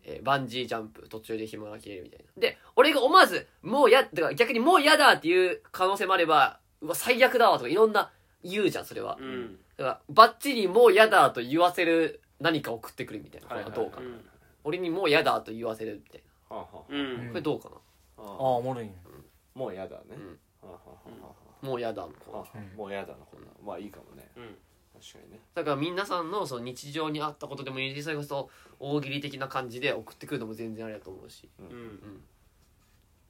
S2: ーえーバンジージャンプ途中で紐が切れるみたいなで俺が思わず「もうや」だから逆に「もうやだ!」っていう可能性もあれば「うわ最悪だわ」とかいろんな言うじゃんそれは、
S4: うん
S2: だからバッチリ「もうやだ」と言わせる何か送ってくるみたいなこれはどうかな、
S4: うん
S2: 俺に「もうやだ」と言わせるみたいな
S1: はあは
S4: う
S3: うん
S4: ん
S2: これどうかな、
S1: あ
S3: あー
S1: はあ
S3: おもろいね
S1: もうやだね
S2: うん
S1: はあはあは
S2: もうやだの
S1: あはあはあ
S3: うん
S1: もうやだなこんなまあいいかもね
S4: うん
S1: 確かにね
S2: だから皆さんのその日常にあったことでもいいしそれこそ大喜利的な感じで送ってくるのも全然あれだと思うし
S4: うん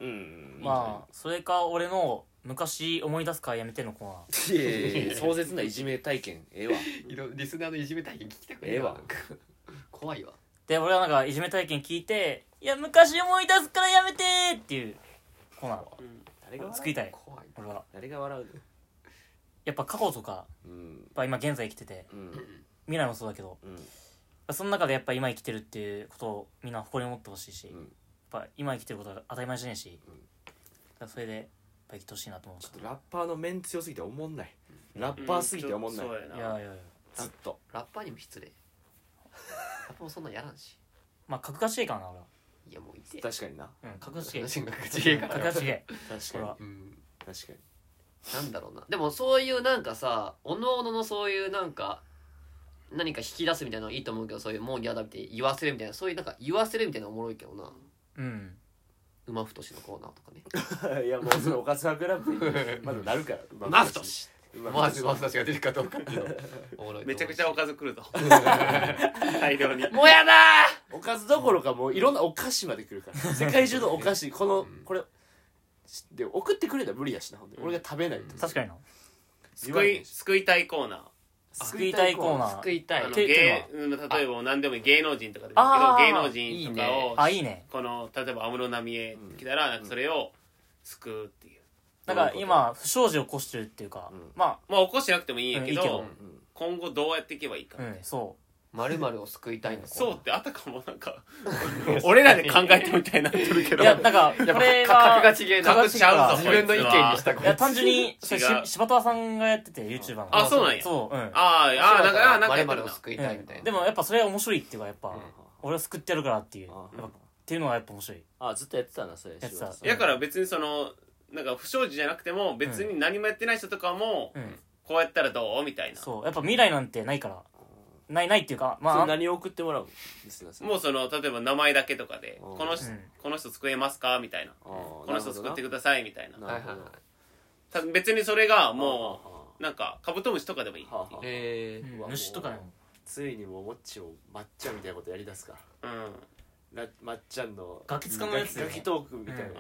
S1: うん
S3: まあそれか俺の昔思い出すからやめてのコーナー
S1: いやいやいや壮絶ないじめ体 験ええわ
S2: いろリスナーのいじめ体験聞きたく
S1: ねえわ
S2: 怖いわ
S3: で俺はなんかいじめ体験聞いて「いや昔思い出すからやめて!」っていうコーナーを
S4: うん
S1: 誰が笑う
S3: 作りたい
S2: 怖い
S3: 俺は
S1: 誰が笑う
S3: やっぱ過去とか
S1: うん
S3: やっぱ今現在生きてて
S1: うん
S3: 未来もそうだけど
S1: うん
S3: その中でやっぱ今生きてるっていうことをみんな誇りに思ってほしいし、
S1: うん
S3: やっぱ今生きてることが当たり前じゃねえし、
S1: うん
S3: だからそれでやっぱ生きてほしいなと思う
S1: ちょっとラッパーの面強すぎておもんないラッパーすぎておもんない
S4: そうやない
S3: やいやいや
S1: ずっと
S2: ラッパーにも失礼ラッパーもそんなんやらんし
S3: まあ格がしいからな俺はい
S2: やもういて
S1: 確かにな
S3: うん格がしい
S2: 私が口が
S3: 格がしい
S1: 確
S3: ほら
S2: うん
S1: 確かに
S2: なんだろうなでもそういうなんかさおのおののそういうなんか何か引き出すみたいなのはいいと思うけどそういうもう嫌だって言わせるみたいなそういうなんか言わせるみたいなのおもろいけどな
S3: うん
S2: 馬太のコーナーとか ね
S1: いやもうそのおかずはグランプリ まだなるから
S2: 馬太 まず
S1: ま
S2: 馬太が出るかどうかっていうの おもろいと思うし
S4: めちゃくちゃおかず来るぞ大量に
S2: もうやだ
S1: おかずどころかもういろんなお菓子まで来るから世界中のお菓 子このこれで送ってくれたら無理やしなほんで俺が食べないと
S3: 確かにな
S4: 救い救いたいコーナー
S3: 救いたいコーナ
S2: ー
S3: ー
S2: 救いたい
S4: あの
S3: て
S4: 芸うん例えば何でもいい芸能人とかでもいいけど
S3: あー
S4: 芸能人とかを
S3: あいいね
S4: この例えば安室奈美恵来たらなんかそれを救うっていう、
S3: だから今不祥事を起こしてるっていうか、
S1: うん
S3: ま
S4: まあ起こしてなくてもいいんやけど,、
S3: うんいいけど
S4: 今後どうやっていけばいいか
S3: あ、うん、そう
S2: まるまるを救いたいの
S4: そうってあたかもなんか 俺らで考えてみたいになってるけど
S3: いや、なんか、こ
S2: やっぱ
S3: れ
S2: 格が
S3: は、
S2: ちげえ
S3: 格
S2: な
S3: が
S4: 隠しちゃうぞ
S2: 自分の意見にした
S4: こいつはい
S3: いや、単純に、それ
S4: 違う
S3: し柴田さんがやってて、YouTuber の。
S4: あそうなんや
S3: そう、うん。
S4: あーあーなんかあーなんか
S2: ま
S4: や
S2: る
S4: っ
S2: ま
S4: て
S2: る
S4: る
S2: を
S4: な
S2: 救いたいみたい
S3: う
S2: な
S3: んでもやっぱそれは面白いっていうか、やっぱ、俺は救ってやるからっていう、
S1: あ
S3: やっぱっていうのはやっぱ面白い。
S1: あずっとやってたなそれ
S3: やってた
S1: 柴田さん
S3: い
S4: だから別にそのなんか不祥事じゃなくても別に何もやってない人とかも、
S3: うん。
S4: こうやったらどうみたいな
S3: そう、やっぱ未来なんてないから、ないないっていうか、ま
S1: そ
S3: あ、
S1: れ
S3: うん。
S1: 何を送ってもらうのリスナーさん
S4: もうその例えば名前だけとかで
S1: あー
S4: この人この人救えますかみたいな
S1: あー
S4: この人救ってくださいみたいな
S1: な
S2: はい
S1: る
S2: はい
S1: ほ
S2: はい
S1: ど
S4: た別にそれがも
S1: う
S4: うなんかカブトムシとかでもいいっていう
S1: はあはあ
S2: え
S3: う
S2: ー
S3: ん
S1: うわ
S3: 虫とかでも。
S1: ついにもうもっちを抹茶みたいなことやりだすか
S4: うん
S1: らなまっちゃんの
S3: ガキ使のやつだよ
S1: ガ
S3: ね
S1: キトークみたいな、
S3: うん
S4: うん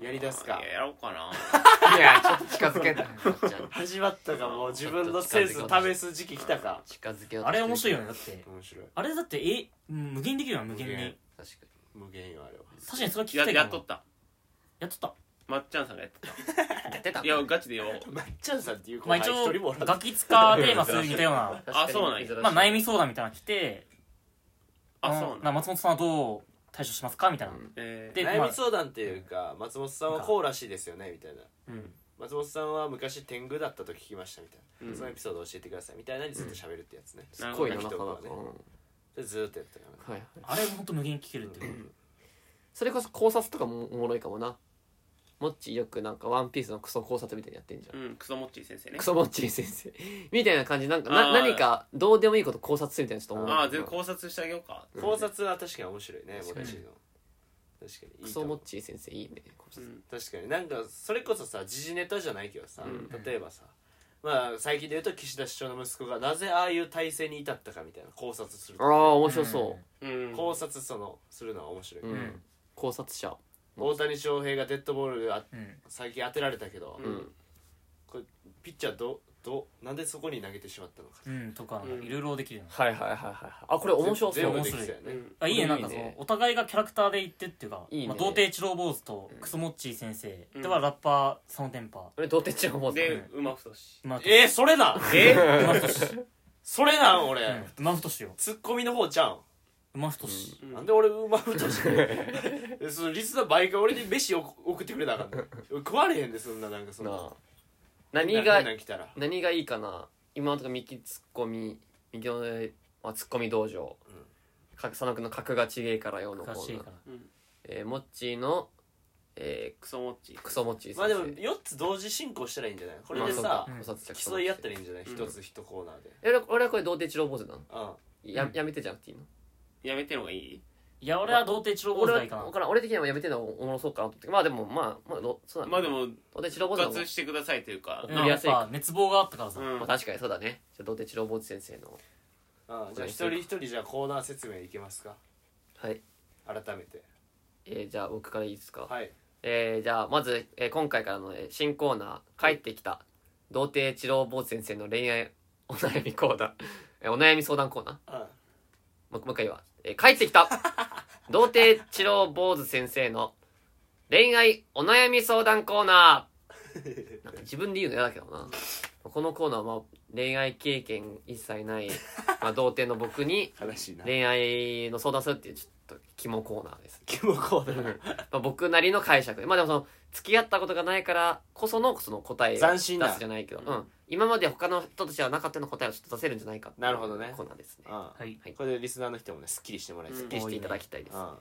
S1: やりだすか
S4: いややろうかない
S2: やちょっと近づ けたじゃあ
S1: 始まったかもう自分のセンス試す時期来たか
S2: 近づけようとしてる
S3: あれ面白いよね、だって。
S1: 面白い
S3: あれだって、え、うん無限にできるよな、無限
S1: 無限
S3: に。
S2: 確か
S1: 無限よあれは
S3: 確かにそれは聞きた
S4: や
S3: いかも
S4: やっとった
S3: やっとった。
S4: まっちゃんさんがやってた
S2: にやってた
S4: いやガチでよ
S1: まっちゃんさんっていう子
S3: まあ
S1: は
S3: 一
S1: 一
S3: 応
S1: 人もおら、ん
S3: ガキ使テーマするみたいな。
S2: 確かに
S4: あそうなんや
S2: 珍しい
S3: まあ、悩み相談みたいなの来て、
S4: あ
S3: の
S4: そう
S3: な
S4: なん
S3: か松本さんはどう対処しますかみたいな。
S2: うん
S4: えー
S3: で
S1: 悩み相談っていうか松本さんはこうらしいですよねみたいな
S4: うん
S1: 松本さんは昔天狗だったと聞きましたみたいな、
S2: うん
S1: そのエピソード教えてくださいみたいなのにずっと喋るってやつね、
S2: すっごいな
S1: な
S2: な
S1: る
S2: か
S1: ほ
S2: な
S1: ど
S2: か、
S1: ね
S2: う
S1: で
S2: ん
S1: ずーっとやってたからね
S2: はいはい
S3: あれ本当無限に聞けるっていう、
S2: それこそ考察とかもおもろいかもなもっちよくなんか「ワンピースのクソ考察みたいにやってんじゃん、
S4: うんクソモッチー先生ね
S2: クソもっち先生みたいな感じなんか
S4: あ
S2: な
S4: ー
S2: 何かどうでもいいこと考察するみたいなちょっと思う
S4: ああ全部考察してあげようか
S1: 考察は確かに面白いね
S2: 確
S1: モ
S2: か
S1: ッ
S2: に
S1: チーの確かに
S2: ク
S1: いいか
S2: ソ
S1: も
S2: もっち先生いいね考
S4: う
S2: 察
S4: ん
S1: 確かになんかそれこそさ時事ネタじゃないけどさ、
S4: うん
S1: 例えばさまあ最近で言うと岸田首相の息子がなぜああいう体制に至ったかみたいな考察する
S2: ああ面白そ
S4: うん
S1: 考察そのするのは面白い、
S2: う、うん
S3: うん
S2: 考察者
S1: 大谷翔平がデッドボールであ
S3: うん、うん
S1: 最近当てられたけど、
S4: うん
S1: ピッチャーどどなんでそこに投げてしまったのか
S3: うん、とか
S4: うん
S3: いろいろできるの、
S2: はいはいはいはいあこれ面白そ
S1: 全
S2: う
S1: 部
S3: 面
S1: で
S3: 白い
S1: きたよね、
S4: うん
S3: あいいね
S2: いいね
S3: なんかそのお互いがキャラクターで言ってっていうか
S2: いいね
S3: まあ、童貞チロー坊主とクソモッチー先生、
S4: うん
S3: ではラッパーそのテンパ
S2: 俺童貞ちゃん思うぞ
S4: で馬太 し
S3: 馬太
S1: えー、それなん
S4: え
S3: 馬太志
S1: それなん俺、
S3: うん馬太志よ
S1: ツッコミの方ちゃうん
S3: 馬太志
S4: うん
S1: なんで俺うまふとしてでそのリスナー毎回俺に飯を送ってくれなあかった食われへんでそんななんかそん
S2: な
S1: な
S2: あ何が
S1: 変なの来たら
S2: 何がいいかな今のところミキツッコミミキの、まあ、ツッコミ道場、
S1: うん
S2: か佐野くんの格がちげえからよのコ
S3: 難しい
S2: ーナー
S3: から
S4: うん
S2: えー、モッチーの、え
S4: クソモッチー
S2: ー、クソモッチー先生
S1: まあでも4つ同時進行したらいいんじゃないこれでさ
S3: うん
S2: 考察者クソモ
S1: 競
S2: ッチー
S1: い合ったらいいんじゃない
S4: うん
S1: 一つ一コーナーで
S2: え俺俺はこれ童貞一郎坊主なの
S1: あ
S2: や,、
S3: うん
S2: やめてじゃなくていいの
S4: やめてのがいい
S3: いや俺は童貞チロー坊主
S2: 俺
S3: がいいか
S2: は
S3: な
S2: わからん俺的にはやめてんのおもろそうかなと思ってまあでもまあまあどそうだね
S4: まあでも
S2: 童貞一郎坊
S4: 復
S2: 主の方
S4: 活してくださいというか
S3: うん
S2: やり
S3: や
S2: や
S3: っ
S2: すいか
S3: ぱ熱望があったからさ、
S4: う
S3: うん
S2: まあ確かにそうだねじゃあ童貞一郎坊主先生の
S1: あああじゃあ一人一人じゃあコーナー説明いけますか
S2: はい
S1: 改めて
S2: えー、じゃあ僕からいいですか
S1: はい
S2: えー、じゃあまず、えー今回からの、えー新コーナー「帰ってきた童貞一郎坊主先生の恋愛お悩みコーナー」えーお悩み相談コーナー
S1: あ
S2: もうもう一回言うわ、えー帰ってきた童貞一郎坊主先生の恋愛お悩み相談コーナーなんか自分で言うの嫌だけどなこのコーナーは、まあ、恋愛経験一切ない、まあ、童貞の僕に
S1: あ悲しい な
S2: 恋愛の相談するっていうちょっと肝コーナーです
S1: キモコーナー
S2: まあ、僕なりの解釈でまあでもその付き合ったことがないからこそのその答えを
S1: 斬新な
S2: 出すじゃないけど、
S4: うん
S2: うん、今まで他の人としてはなかったような答えをちょっと出せるんじゃないか
S1: なるほどね
S2: コーナーですね
S1: ああ
S3: はい
S2: はい
S1: これでリスナーの人もねすっきりしてもらえ
S4: うん
S1: て
S2: 消していただきたいです、
S1: あ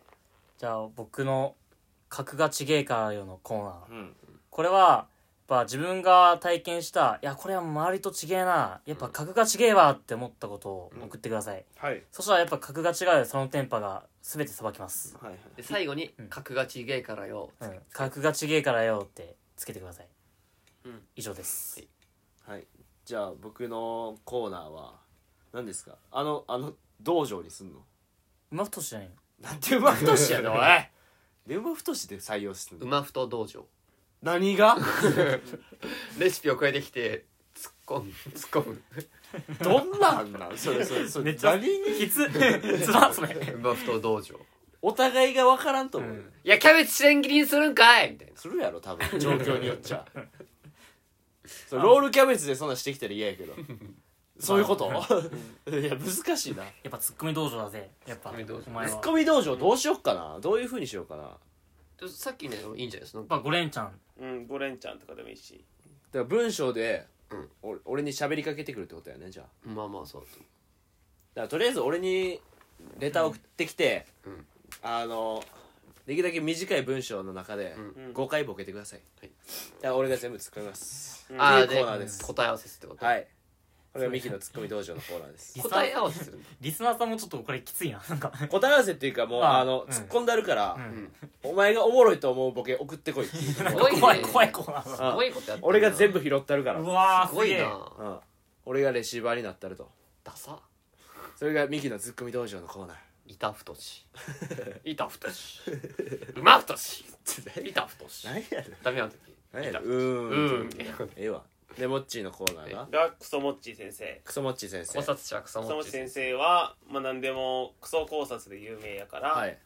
S3: じゃあ僕の「格がちげえからよ」のコーナー
S1: あうん
S3: これはやっぱ自分が体験したいやこれは周りと違えなやっぱ格が違えわって思ったことを送ってください、
S1: はい
S3: そしたらやっぱ格が違うそのテンパが全てさばきます、
S1: はいはい
S2: で最後に
S3: うん
S2: 「格がちげえからよ」
S3: うん、格が違えからよってつけてください、
S4: うん
S3: 以上です、
S1: はい、じゃあ僕のコーナーは何ですかあのあの道場にすんの
S3: 馬太じゃないの
S1: なんて馬太しや ねんおいで馬太しで採用するの
S2: 馬太道場
S1: 何が
S2: レシピを超えてきて突っ込 む突っ込む
S1: どんなんなんそれそれそれ何
S3: きつつまんそれ
S2: 馬太道場
S1: お互いが分からんと思う、
S3: うん
S2: いやキャベツ試練切りにするんかいみたいな
S1: するやろ多分状況によっちゃそうロールキャベツでそんなんしてきたら嫌やけどそういうこと いや難しいな
S3: やっぱツッコミ道場だぜやっぱ
S2: ツッコミ道場
S3: お前は
S1: ツ
S3: や
S1: ッ
S3: っ
S1: コミ道場どうしよっかなどういうふうにしようかな
S2: でさっきねいいんじゃないですか
S3: ぱゴレンちゃん
S4: うんゴレンちゃんとかでもいいし
S1: だから文章で、
S2: うん
S1: 俺俺に喋りかけてくるってことやねじゃあ
S2: まあまあそうだと
S1: だからとりあえず俺にレター送ってきて、
S2: うん
S1: あのできるだけ短い文章の中で
S2: うん
S1: 5回ボケてください、
S2: は
S1: だ
S2: い
S1: から俺が全部突っ込みます、
S4: うん
S2: ああ
S1: っていうコーナーです
S2: 答え合わせするってこと、
S1: はいこれがミキのツッコミ道場のコーナーです
S3: リスナ
S2: 答え
S3: ー
S2: 合わせする
S3: リスナーさんもちょっとこれきついななんか
S1: 答え合わせっていうかもう
S3: あ
S1: あの、
S3: うん
S1: 突っ込んであるから、
S3: ん
S1: お前がおもろいと思うボケ送ってこいっていう
S2: すごいね
S3: 怖い怖いコーナー
S2: すごいことやってるな
S1: 俺が全部拾ってあるから、
S3: だうわー
S2: す
S3: す
S2: ごい
S3: げえ
S2: な
S1: うん、俺がレシーバーになってあると
S2: ダサ
S1: それがミキのツッコミ道場のコーナー
S2: 板太し板太し馬太し板太し
S1: 何やねん
S2: ダメな時
S1: 何やねんう
S2: 板太しう
S1: ーん
S2: ん
S1: ええわでモッチーのコーナーが
S4: がクソモッチー先生
S1: クソモッチー先
S2: 考
S1: 生
S2: 察者草
S4: クソモ
S2: 持
S4: ッ
S2: ち
S4: チー
S2: で
S4: 先
S2: す
S4: 生はまあ何でもクソ考察で有名やから、
S1: はい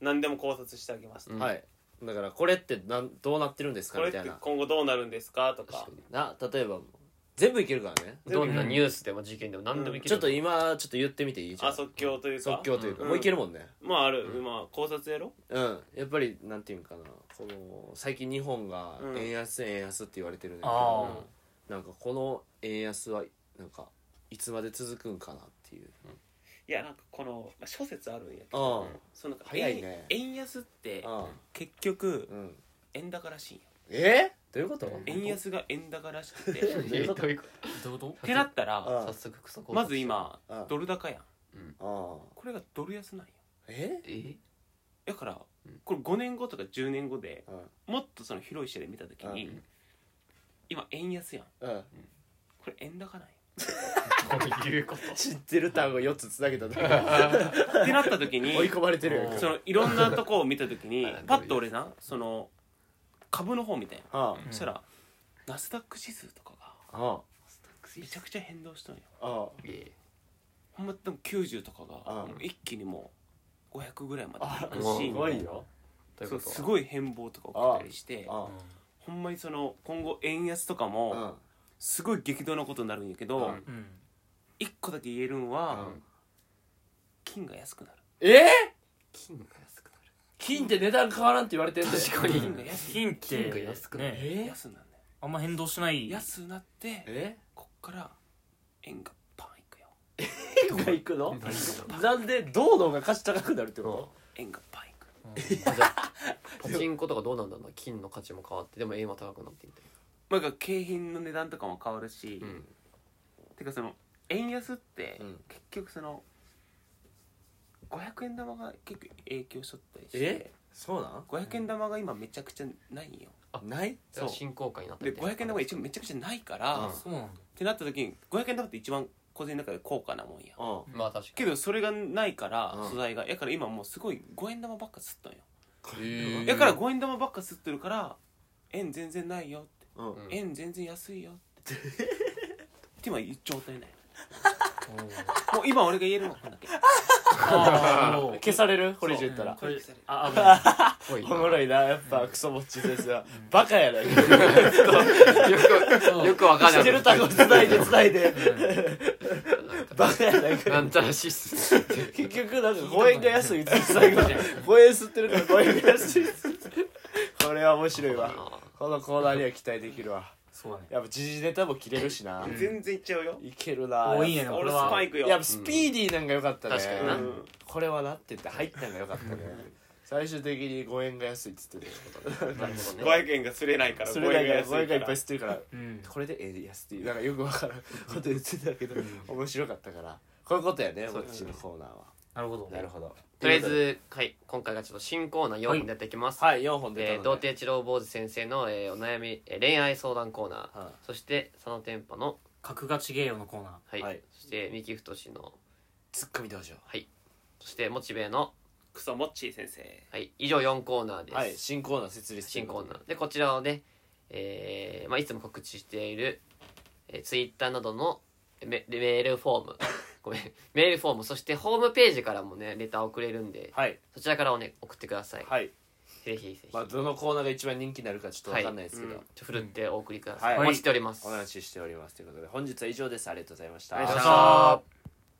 S4: 何でも考察してあげます、
S2: うん
S1: はいだからこれってなんどうなってるんですか
S4: これ
S1: み
S4: っ
S1: た
S4: て
S1: いな
S4: 今後どうなるんですかと
S2: 確
S4: か
S2: かに
S1: な例えば全部いけるからね
S2: どんなニュースでも事件でも何でもいける
S1: ちょっと今ちょっと言ってみていいじゃ
S4: あ
S1: ん
S4: 即興というか
S1: 即興というか、
S4: うん
S1: もういけるもんね
S4: まあある、まあ考察やろ
S1: うんやっぱりなんていうんかなこの最近日本が
S4: うん
S1: 円安円安って言われてるんだけ
S3: あ
S1: ど、なんかこの円安はなんかいつまで続くんかなっていう
S4: いやなんかこの、まあ、諸説あるんやけど
S1: あ
S4: そのなんか
S1: 早いね
S4: 円円安って
S1: あ
S4: 結局
S1: うん、うん、
S4: 円高らしいんや
S1: えどういうこと
S4: 円安が円高らしくて
S2: いやどういうこ
S3: どういうこと
S4: ってなった
S1: あ
S4: ら
S1: あ
S2: と早速クソ考察
S4: まず今
S1: あ
S4: ドル高やん
S1: あ
S4: これがドル安なんや
S1: え
S2: え
S4: だから
S2: ん
S4: これ5年後とか10年後で
S1: うん
S4: もっとその広い視野で見た時に
S2: うん
S4: 今円安や
S1: う
S4: ん
S1: ん
S4: これ円高なんや
S2: どういうこと
S1: 知ってる単語4つつなげただけ
S4: ってなった時に
S1: 追い込まれてるよ
S3: うん
S4: そのいろんなとこを見た時に
S2: はい
S4: パッと俺なその株の方みたいな
S1: あ
S2: うん
S4: そしたらナスダック指数とかが
S1: ああ
S4: めちゃくちゃ変動したんよ
S1: あ
S2: え
S4: ほんまでも90とか
S1: あ
S4: がもう一気にもう500ぐらいま
S1: あ
S4: で
S1: あ
S4: いくし
S1: すごいよ
S2: どういう
S4: そ
S2: こ
S4: う
S2: と
S4: すごい変貌とか起きたりして
S1: あ
S4: ほんまにその今後円安とか
S1: あ
S4: も
S1: うん
S4: すごい激動なことになるんやけど、
S2: うん
S3: うん
S4: 一個だけ言えるんは、金が安くなる
S1: えー
S2: 金が安くなる
S1: 金って値段変わらんって言われてんだよ
S2: 確かに
S4: 金が安い
S3: 金って
S2: 金が安くなる
S3: ね
S1: え
S4: 安なんだよ
S3: あんま変動しない
S4: 安なって
S1: え
S4: こっから円がパンいくよ
S1: 金が行くの なんで銅の方が価値高くなるってこ
S4: 円がパンいく
S2: あじゃあパチンコとかどうなんだろうな金の価値も変わってでも円は高くなってみたい
S4: まあなんか景品の値段とかも変わるし、
S2: なうん
S4: てかその円安って
S1: うん
S4: 結局その500円玉が結構影響しとったりし
S1: え
S4: て
S1: そうなん
S4: 500円玉が今めちゃくちゃないんよ
S1: ない
S2: だから
S4: そう
S2: 新公開になって
S4: で
S2: て
S4: 500円玉が一応めちゃくちゃないから、
S1: うん
S4: っ
S3: そうなんだ
S4: てなった時に500円玉って一番個人の中で高価なもんや
S1: うん
S2: まあ確か
S4: けどそれがないから
S1: うん
S4: 素材がやから今もうすごい5円玉ばっか吸ったんよ
S2: にへえ
S4: やから5円玉ばっか吸ってるから円全然ないよって
S1: うん
S2: うん
S4: 円全然安いよって って今言う状態ない
S3: おー
S4: もう今俺が言えるのはこんだけ
S3: あー
S1: 消されるこれ以上言ったら
S3: これあ危ない
S2: ぽい
S1: おも
S2: な
S1: ろいなやっぱクソぼっち先生はバカやな
S3: そう
S2: よくわかん
S1: 知っ
S2: ない
S1: てる単語つないでつないでバカやない
S2: な
S1: か
S2: んちゃらシ ステム
S1: 結局なんか5円が安いって最後に5円吸ってるから5円が安いっつって これは面白いわこのコーナーには期待できるわ
S3: そうだね
S1: やっぱ時事ネタも切れるしな
S4: 全然いっちゃうよ
S1: いけるな
S3: おいいねこ
S4: 俺
S3: れ
S4: ス
S3: は
S4: パイクよ
S1: やっぱスピーディーなんか良かったね
S2: 確か
S4: う
S2: になぱ
S4: ん
S1: これはなって言って入ったのが良かったね最終的に5円が安いっつってて
S2: なるほどね
S4: 500円がすれないから
S1: それだけ5円がいっぱい
S4: い
S1: 吸ってるから
S3: うん
S1: これでええ安っていうなんかよくわからんこと言ってたけど面白かったからこういうことやねこっちのコーナーは
S3: なるほど
S1: なるほど
S2: とりあえずはい今回がちょっと新コーナー4本出てきます
S1: はい4本
S2: え
S1: 出
S2: ー
S1: た
S2: 童
S1: ので
S2: 貞治郎坊主先生の、えーお悩み、えー恋愛相談コーナー、
S1: はい
S2: そして佐野天パの、
S3: 格がちげえよのコーナー
S2: はい
S1: はい
S2: そして三木太の
S1: ツッコミ道場
S2: そしてモチベの、
S4: クソモッチー先生
S2: はい、以上4コーナーです、
S1: はい新コーナー設立
S2: 新コーナーでこちらをね、えーまあ、いつも告知している、えツイッター Twitter などのメメール フォームごめんメールフォームそしてホームページからもねレター送れるんで
S1: はい
S2: そちらからをね送ってください、
S1: はい
S2: ぜひぜひ、
S1: まあどのコーナーが一番人気になるかちょっとわかんないですけ
S4: はいう
S1: ど
S4: ん
S2: ちょっとふるってお送りください、
S1: はい
S2: お待ちしております、
S1: お話ししておりますということで本日は以上ですありがとうございました
S2: ありがとうございました